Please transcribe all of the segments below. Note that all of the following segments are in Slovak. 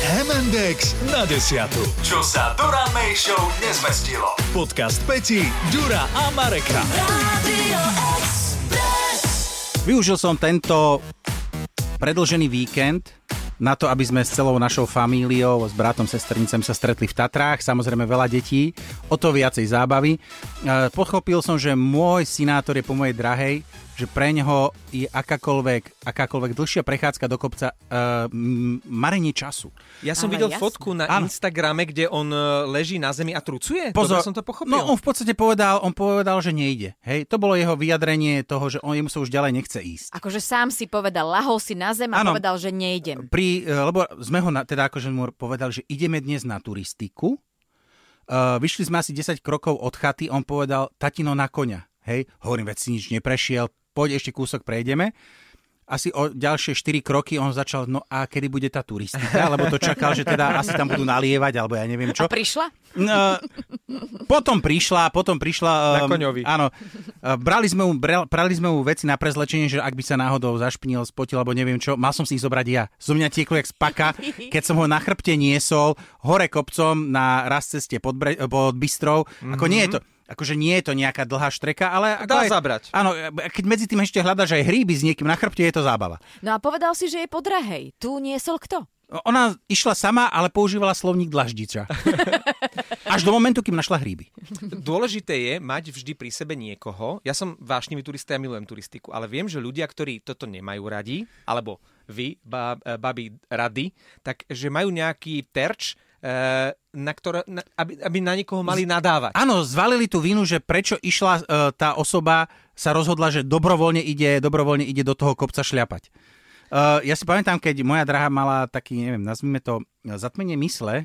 Index na desiatu. Čo sa Dura May Show nezmestilo. Podcast Peti, Dura a Mareka. Využil som tento predlžený víkend na to, aby sme s celou našou famíliou, s bratom, sestrnicem sa stretli v Tatrách. Samozrejme veľa detí, o to viacej zábavy. E, Pochopil som, že môj sinátor je po mojej drahej, že pre ňoho je akákoľvek, akákoľvek dlhšia prechádzka do kopca uh, marenie času. Ja som Ale videl jasné. fotku na Áno. Instagrame, kde on e, leží na zemi a trucuje. Dobre som to pochopil. No on v podstate povedal, on povedal, že nejde. Hej, to bolo jeho vyjadrenie toho, že on jemu sa už ďalej nechce ísť. Akože sám si povedal, lahol si na zem a Áno. povedal, že nejdem. pri, eh, lebo sme ho na, teda akože mu povedali, že ideme dnes na turistiku. Uh, vyšli sme asi 10 krokov od chaty, on povedal, tatino na konia. Hej, hovorím, veď si nič neprešiel, poď ešte kúsok prejdeme. Asi o ďalšie 4 kroky on začal, no a kedy bude tá turistika, lebo to čakal, že teda asi tam budú nalievať, alebo ja neviem čo. A prišla? No, potom prišla, potom prišla... e, Na koňovi. Áno. Eh, Brali sme, mu, brel- brali sme mu veci na prezlečenie, že ak by sa náhodou zašpinil, spotil, alebo neviem čo, mal som si ich zobrať ja. Zo mňa tieklo jak z paka, keď som ho na chrbte niesol, hore kopcom na raz ceste pod, bre- eh, pod Bystrou. Ako nie je to... Akože nie je to nejaká dlhá štreka, ale... Ako Mhm. Dá aj, zabrať. Áno, eh, keď medzi tým ešte hľadaš aj hríby s niekým na chrbte, je to zábava. No a povedal si, že je po drahej. Tu niesol kto? Ona išla sama, ale používala slovník dlaždiča. Až do momentu, kým našla hríby. Dôležité je mať vždy pri sebe niekoho. Ja som vášnivý turista, ja milujem turistiku, ale viem, že ľudia, ktorí toto nemajú radi, alebo vy, ba, e, babi, rady, tak že majú nejaký terč, e, na ktoré, na, aby, aby na niekoho mali nadávať. Áno, zvalili tú vinu, že prečo išla e, tá osoba, sa rozhodla, že dobrovoľne ide, dobrovoľne ide do toho kopca šľapať. E, ja si pamätám, keď moja drahá mala taký, neviem, nazvime to e, zatmenie mysle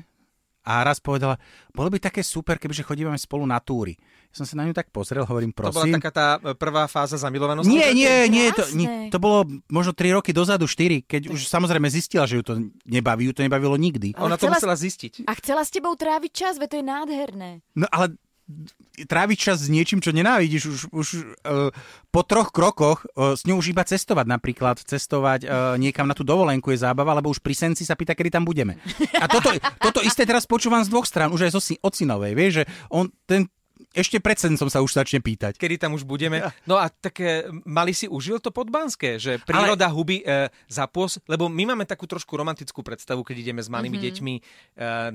a raz povedala, bolo by také super, kebyže chodívame spolu na túry. Ja som sa na ňu tak pozrel, hovorím, To bola prosím. taká tá e, prvá fáza zamilovanosti. Nie, nie, nie, to, Krásne. nie, to bolo možno 3 roky dozadu, 4, keď už samozrejme zistila, že ju to nebaví, ju to nebavilo nikdy. Ona Ale to chcela- musela zistiť. A chcela s tebou tráviť čas, veď to je nádherné. No ale tráviť čas s niečím, čo nenávidíš, už, už uh, po troch krokoch uh, s ňou už iba cestovať napríklad, cestovať uh, niekam na tú dovolenku je zábava, lebo už pri senci sa pýta, kedy tam budeme. A toto, toto isté teraz počúvam z dvoch strán, už aj zo si, od synovej, vieš, že on ten ešte pred sencom sa už začne pýtať. kedy tam už budeme. No a tak e, mali si užil to podbanské, že príroda Ale... huby e, zapôs, lebo my máme takú trošku romantickú predstavu, keď ideme s malými mm-hmm. deťmi e,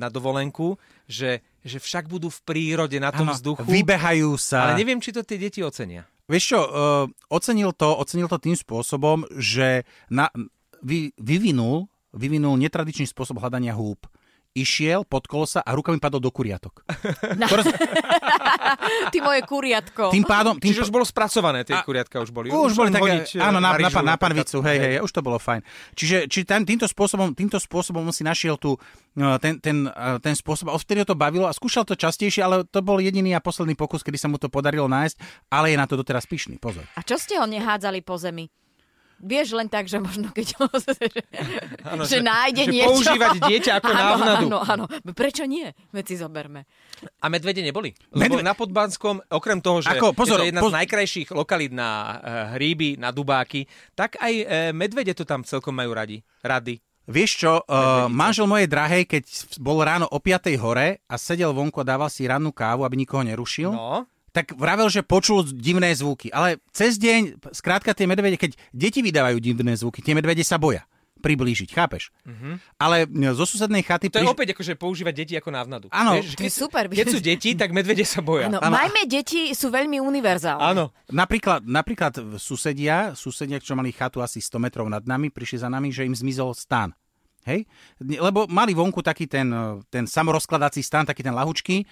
na dovolenku, že, že však budú v prírode, na tom Áno, vzduchu. Vybehajú sa. Ale neviem, či to tie deti ocenia. Vieš čo, uh, ocenil, to, ocenil to tým spôsobom, že na, vy, vyvinul, vyvinul netradičný spôsob hľadania húb. Išiel pod kolesa a rukami padol do kuriatok. Ktoré, Ty moje kuriatko. tým pádom... Tým Čiže už bolo spracované, tie A- kuriatka už boli. už boli len také, hodiť, e, áno, na, na, rýžu pan- na napríklad. panvicu, hej, hej, už to bolo fajn. Čiže či tam, týmto, spôsobom, týmto spôsobom on si našiel tu, ten, ten, eh, ten spôsob, a vtedy ho to bavilo a skúšal to častejšie, ale to bol jediný a posledný pokus, kedy sa mu to podarilo nájsť, ale je na to doteraz pyšný, pozor. A čo ste ho nehádzali po zemi? Vieš len tak, že možno keď ho, že, Áno, že- že, nájde že niečo. používať dieťa ako áno, návnadu. Áno, áno. Prečo nie? Veď si zoberme. A medvede neboli. Medve- Lebo na Podbanskom, okrem toho, že Ako, pozor, je to jedna poz- z najkrajších lokalít na e, hríby, na dubáky, tak aj e, medvede to tam celkom majú radi. Rady. Vieš čo, uh, manžel mojej drahej, keď bol ráno o 5 hore a sedel vonku a dával si rannú kávu, aby nikoho nerušil, No. tak vravel, že počul divné zvuky. Ale cez deň, skrátka tie medvede, keď deti vydávajú divné zvuky, tie medvede sa boja priblížiť, chápeš? Ale mh, zo susednej chaty... Mhm. To je priš- opäť akože používať deti ako návnadu. Áno. Vieš, že To je keď, super. Keď sú deti, tak medvede sa boja. Áno, Áno. majme deti sú veľmi univerzálne. Áno. Napríklad, napríklad v susedia, susedia, čo mali chatu asi 100 metrov nad nami, prišli za nami, že im zmizol stan. Hej? Lebo mali vonku taký ten, eh, ten samorozkladací stan, taký ten lahučký,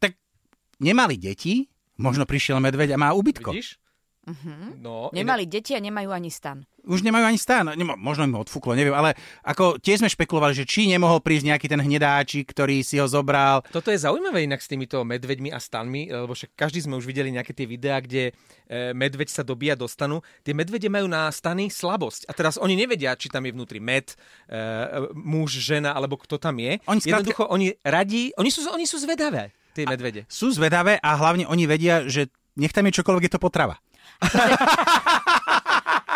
tak nemali deti, možno prišiel medveď a má ubytko. Vidíš? No, Mhm. Nemali deti a nemajú ani stan. Už nemajú ani stan, Nemo, možno im ho odfúklo, neviem, ale ako tie sme špekulovali, že či nemohol prísť nejaký ten hnedáčik, ktorý si ho zobral. Toto je zaujímavé inak s týmito medveďmi a stanmi, eh, lebo však každý sme už videli nejaké tie videá, kde e, medveď sa dobíja do stanu. Tie medvede majú na stany slabosť. A teraz oni nevedia, či tam je vnútri med, e, e, muž, žena, alebo kto tam je. Oni skrátka- Jednoducho, oni radí, oni sú, oni sú zvedavé, tie medvede. Sú zvedavé a hlavne oni vedia, že nech tam je čokoľvek, je to potrava.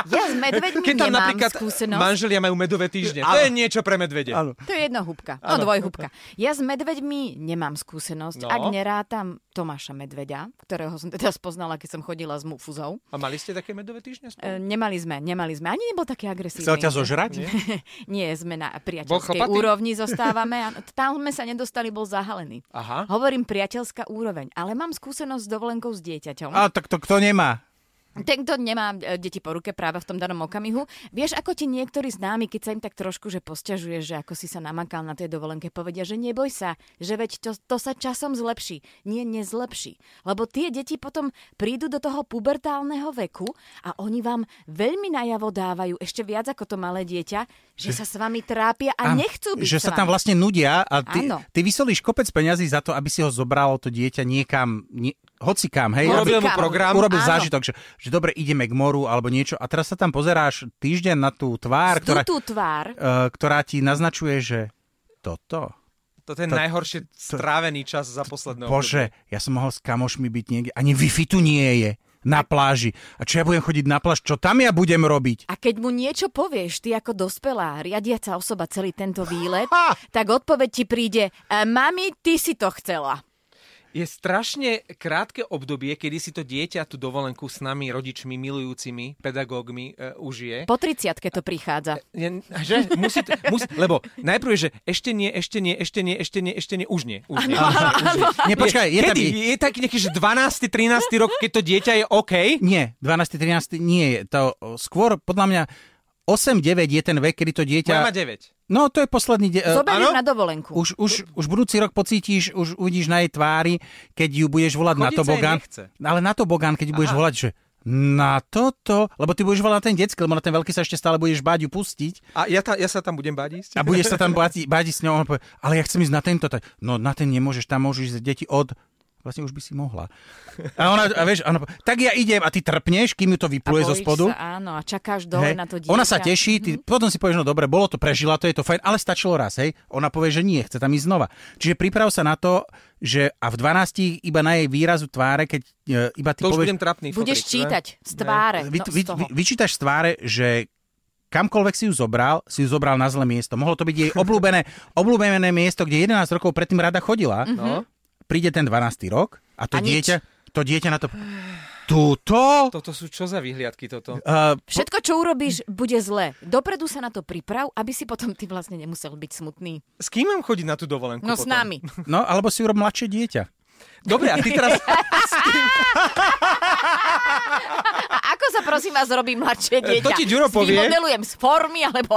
Ja s medveďmi Keď tam nemám napríklad skúsenosť. manželia majú medové týždne, to je niečo pre medvede. Áno. To je jednohúbka, no dvojhúbka. Ja s medveďmi nemám skúsenosť. No. Ak nerátam Tomáša Medveďa, ktorého som teda spoznala, keď som chodila s mufuzou. A mali ste také medové týždne? E, nemali sme, nemali sme. Ani nebol taký agresívny. Chcel ťa zožrať? Nie, sme na Bol priateľskej chlpatý? úrovni zostávame. a Tam sme sa nedostali, bol zahalený. Aha. Hovorím priateľská úroveň, ale mám skúsenosť s dovolenkou s dieťaťom. A tak to kto nemá? Ten, kto nemá e, deti po ruke práve v tom danom okamihu, vieš, ako ti niektorí známi, keď sa im tak trošku, že posťažuje, že ako si sa namakal na tej dovolenke, povedia, že neboj sa, že veď to, to sa časom zlepší. Nie, nezlepší. Lebo tie deti potom prídu do toho pubertálneho veku a oni vám veľmi najavo dávajú, ešte viac ako to malé dieťa, že sa s vami trápia a, Áno, nechcú byť Že s sa vami. tam vlastne nudia a ty, Áno. ty vysolíš kopec peňazí za to, aby si ho zobralo to dieťa niekam, nie, hocikam, hej? Hocikam. aby- Urobil mu program. urobil Áno. zážitok, že, že dobre, ideme k moru alebo niečo a teraz sa tam pozeráš týždeň na tú tvár, ktorá, Tú, tú tvár. eh, ktorá ti naznačuje, že toto. Toto je najhoršie strávený čas za posledné Bože, ja som mohol s kamošmi byť niekde, ani Wi-Fi tu nie je na pláži. A čo ja budem chodiť na pláž? Čo tam ja budem robiť? A keď mu niečo povieš, ty ako dospelá, riadiaca osoba celý tento výlet, Ha! tak odpoveď ti príde, "E, mami, ty si to chcela. Je strašne krátke obdobie, kedy si to dieťa tú dovolenku s nami, rodičmi, milujúcimi, pedagógmi e, užije. Po 30 to prichádza. E, Je- že? Musí, t- musí, lebo najprv je, že ešte nie, ešte nie, ešte nie, ešte nie, ešte nie, už nie. Už nie. Nie, počkaj, je tam... Kedy? Je taký nejaký, že 12. 13. rok, keď to dieťa je OK? Nie, 12. 13. nie je. To o, skôr, podľa mňa, 8-9 je ten vek, kedy to dieťa... Ja... Má 9. No, to je posledný... De- e, Zoberieš áno? na dovolenku. už, už, už budúci rok pocítiš, už uvidíš na jej tvári, keď ju budeš volať na Chodiť sa jej tobogán. nechce. Ale na tobogán, keď ju budeš volať, že na toto, lebo ty budeš volať na ten detský, lebo na ten veľký sa ešte stále budeš báť ju pustiť A ja, ta, ja sa tam budem báť ísť? a budeš sa tam báti, báti s ňou, ona povie, ale ja chcem ísť na tento, tak, no na ten nemôžeš, tam môžu ísť deti od vlastne už by si mohla. A ona, a vieš, ona, povie, tak ja idem a ty trpneš, kým ju to A vypluje zo bojíš spodu. Sa, áno, a čakáš dole Hej. na to Mhm. dieťa. Ona sa teší, ty potom si povieš, no dobre, bolo to, prežila to, je to fajn, ale stačilo raz, hej. Ona povie, že nie, chce tam ísť znova. Čiže priprav sa na to, že a v 12 iba na jej výrazu tváre, keď e, iba ty To už povieš, budem trapný. Budeš fotrik, čítať ne? z tváre. vy, no, vy, z toho. vy, vyčítaš z tváre, že kamkoľvek si ju zobral, si ju zobral na zlé miesto. Mohlo to byť jej obľúbené, obľúbené miesto, kde 11 rokov predtým rada chodila. No, Príde ten 12. rok a to Mhm. A nič. dieťa, to dieťa na to... Tuto? toto sú čo za vyhliadky toto? Uh, Všetko, čo urobíš, bude zle. Dopredu sa na to priprav, aby si potom ty vlastne nemusel byť smutný. S kým mám chodiť na tú dovolenku No s potom? nami. no, alebo si urob mladšie dieťa. Dobre, a ty teraz... A ako sa prosím vás robí mladšie E, dieťa? to ti Ďuro povie. Vymodelujem z formy, alebo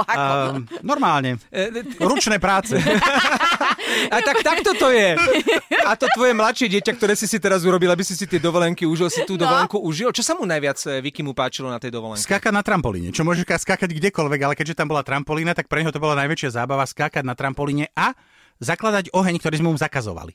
Uh, ako? normálne. e, t- Ručné práce. a tak takto to je. A to tvoje mladšie dieťa, ktoré si si teraz urobil, aby si si tie dovolenky užil, si tú No. dovolenku užil. Čo sa mu najviac e, Vicky mu páčilo na tej dovolenke? Skákať na trampolíne, čo môže skákať kdekoľvek, ale keďže tam bola trampolína, tak pre neho to bola najväčšia zábava skákať na trampolíne a zakladať oheň, ktorý sme mu zakazovali.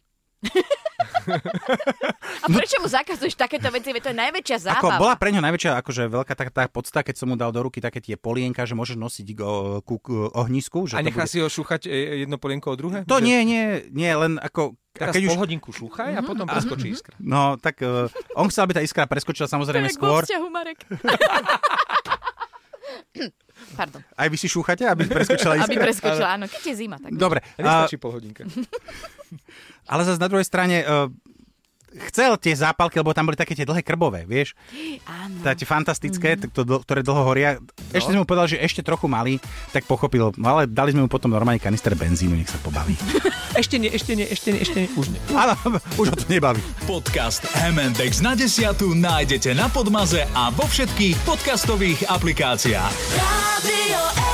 A prečo mu zakazuješ takéto veci? Veď to je najväčšia Ako, zábava. bola pre ňo najväčšia akože veľká tá, tá podsta, keď som mu dal do ruky také tie polienka, že môže nosiť k, o- ku, k ohnisku. Že A to, nechá bude... si ho šúchať e, jedno polienko od druhé? to Že nie, nie, nie, len ako... A Teraz keď už, pol hodinku šúchaj a potom preskočí iskra. no, tak uh, on chcel, aby tá iskra preskočila samozrejme Tak vlastne- vo skôr. vzťahu, Marek. Pardon, Aj vy si šúchate, aby preskočila aby iskra? preskočila, áno, keď je zima, tak... Dobre, a, Nestačí pol hodinka. ale zase na druhej strane... Uh, chcel tie zápalky, lebo tam boli také tie dlhé krbové, vieš? Áno. tá tie fantastické, mm-hmm. to, dl- ktoré dlho horia. Ešte sme mu povedali, že ešte trochu malý, tak pochopil. No ale dali sme mu potom normálne kanister benzínu, nech sa pobaví. Ešte nie, ešte nie, ešte nie, ešte nie, už nie. Áno, už ho to nebaví. Podcast Hemendex na desiatu nájdete na Podmaze a vo všetkých podcastových aplikáciách. Radio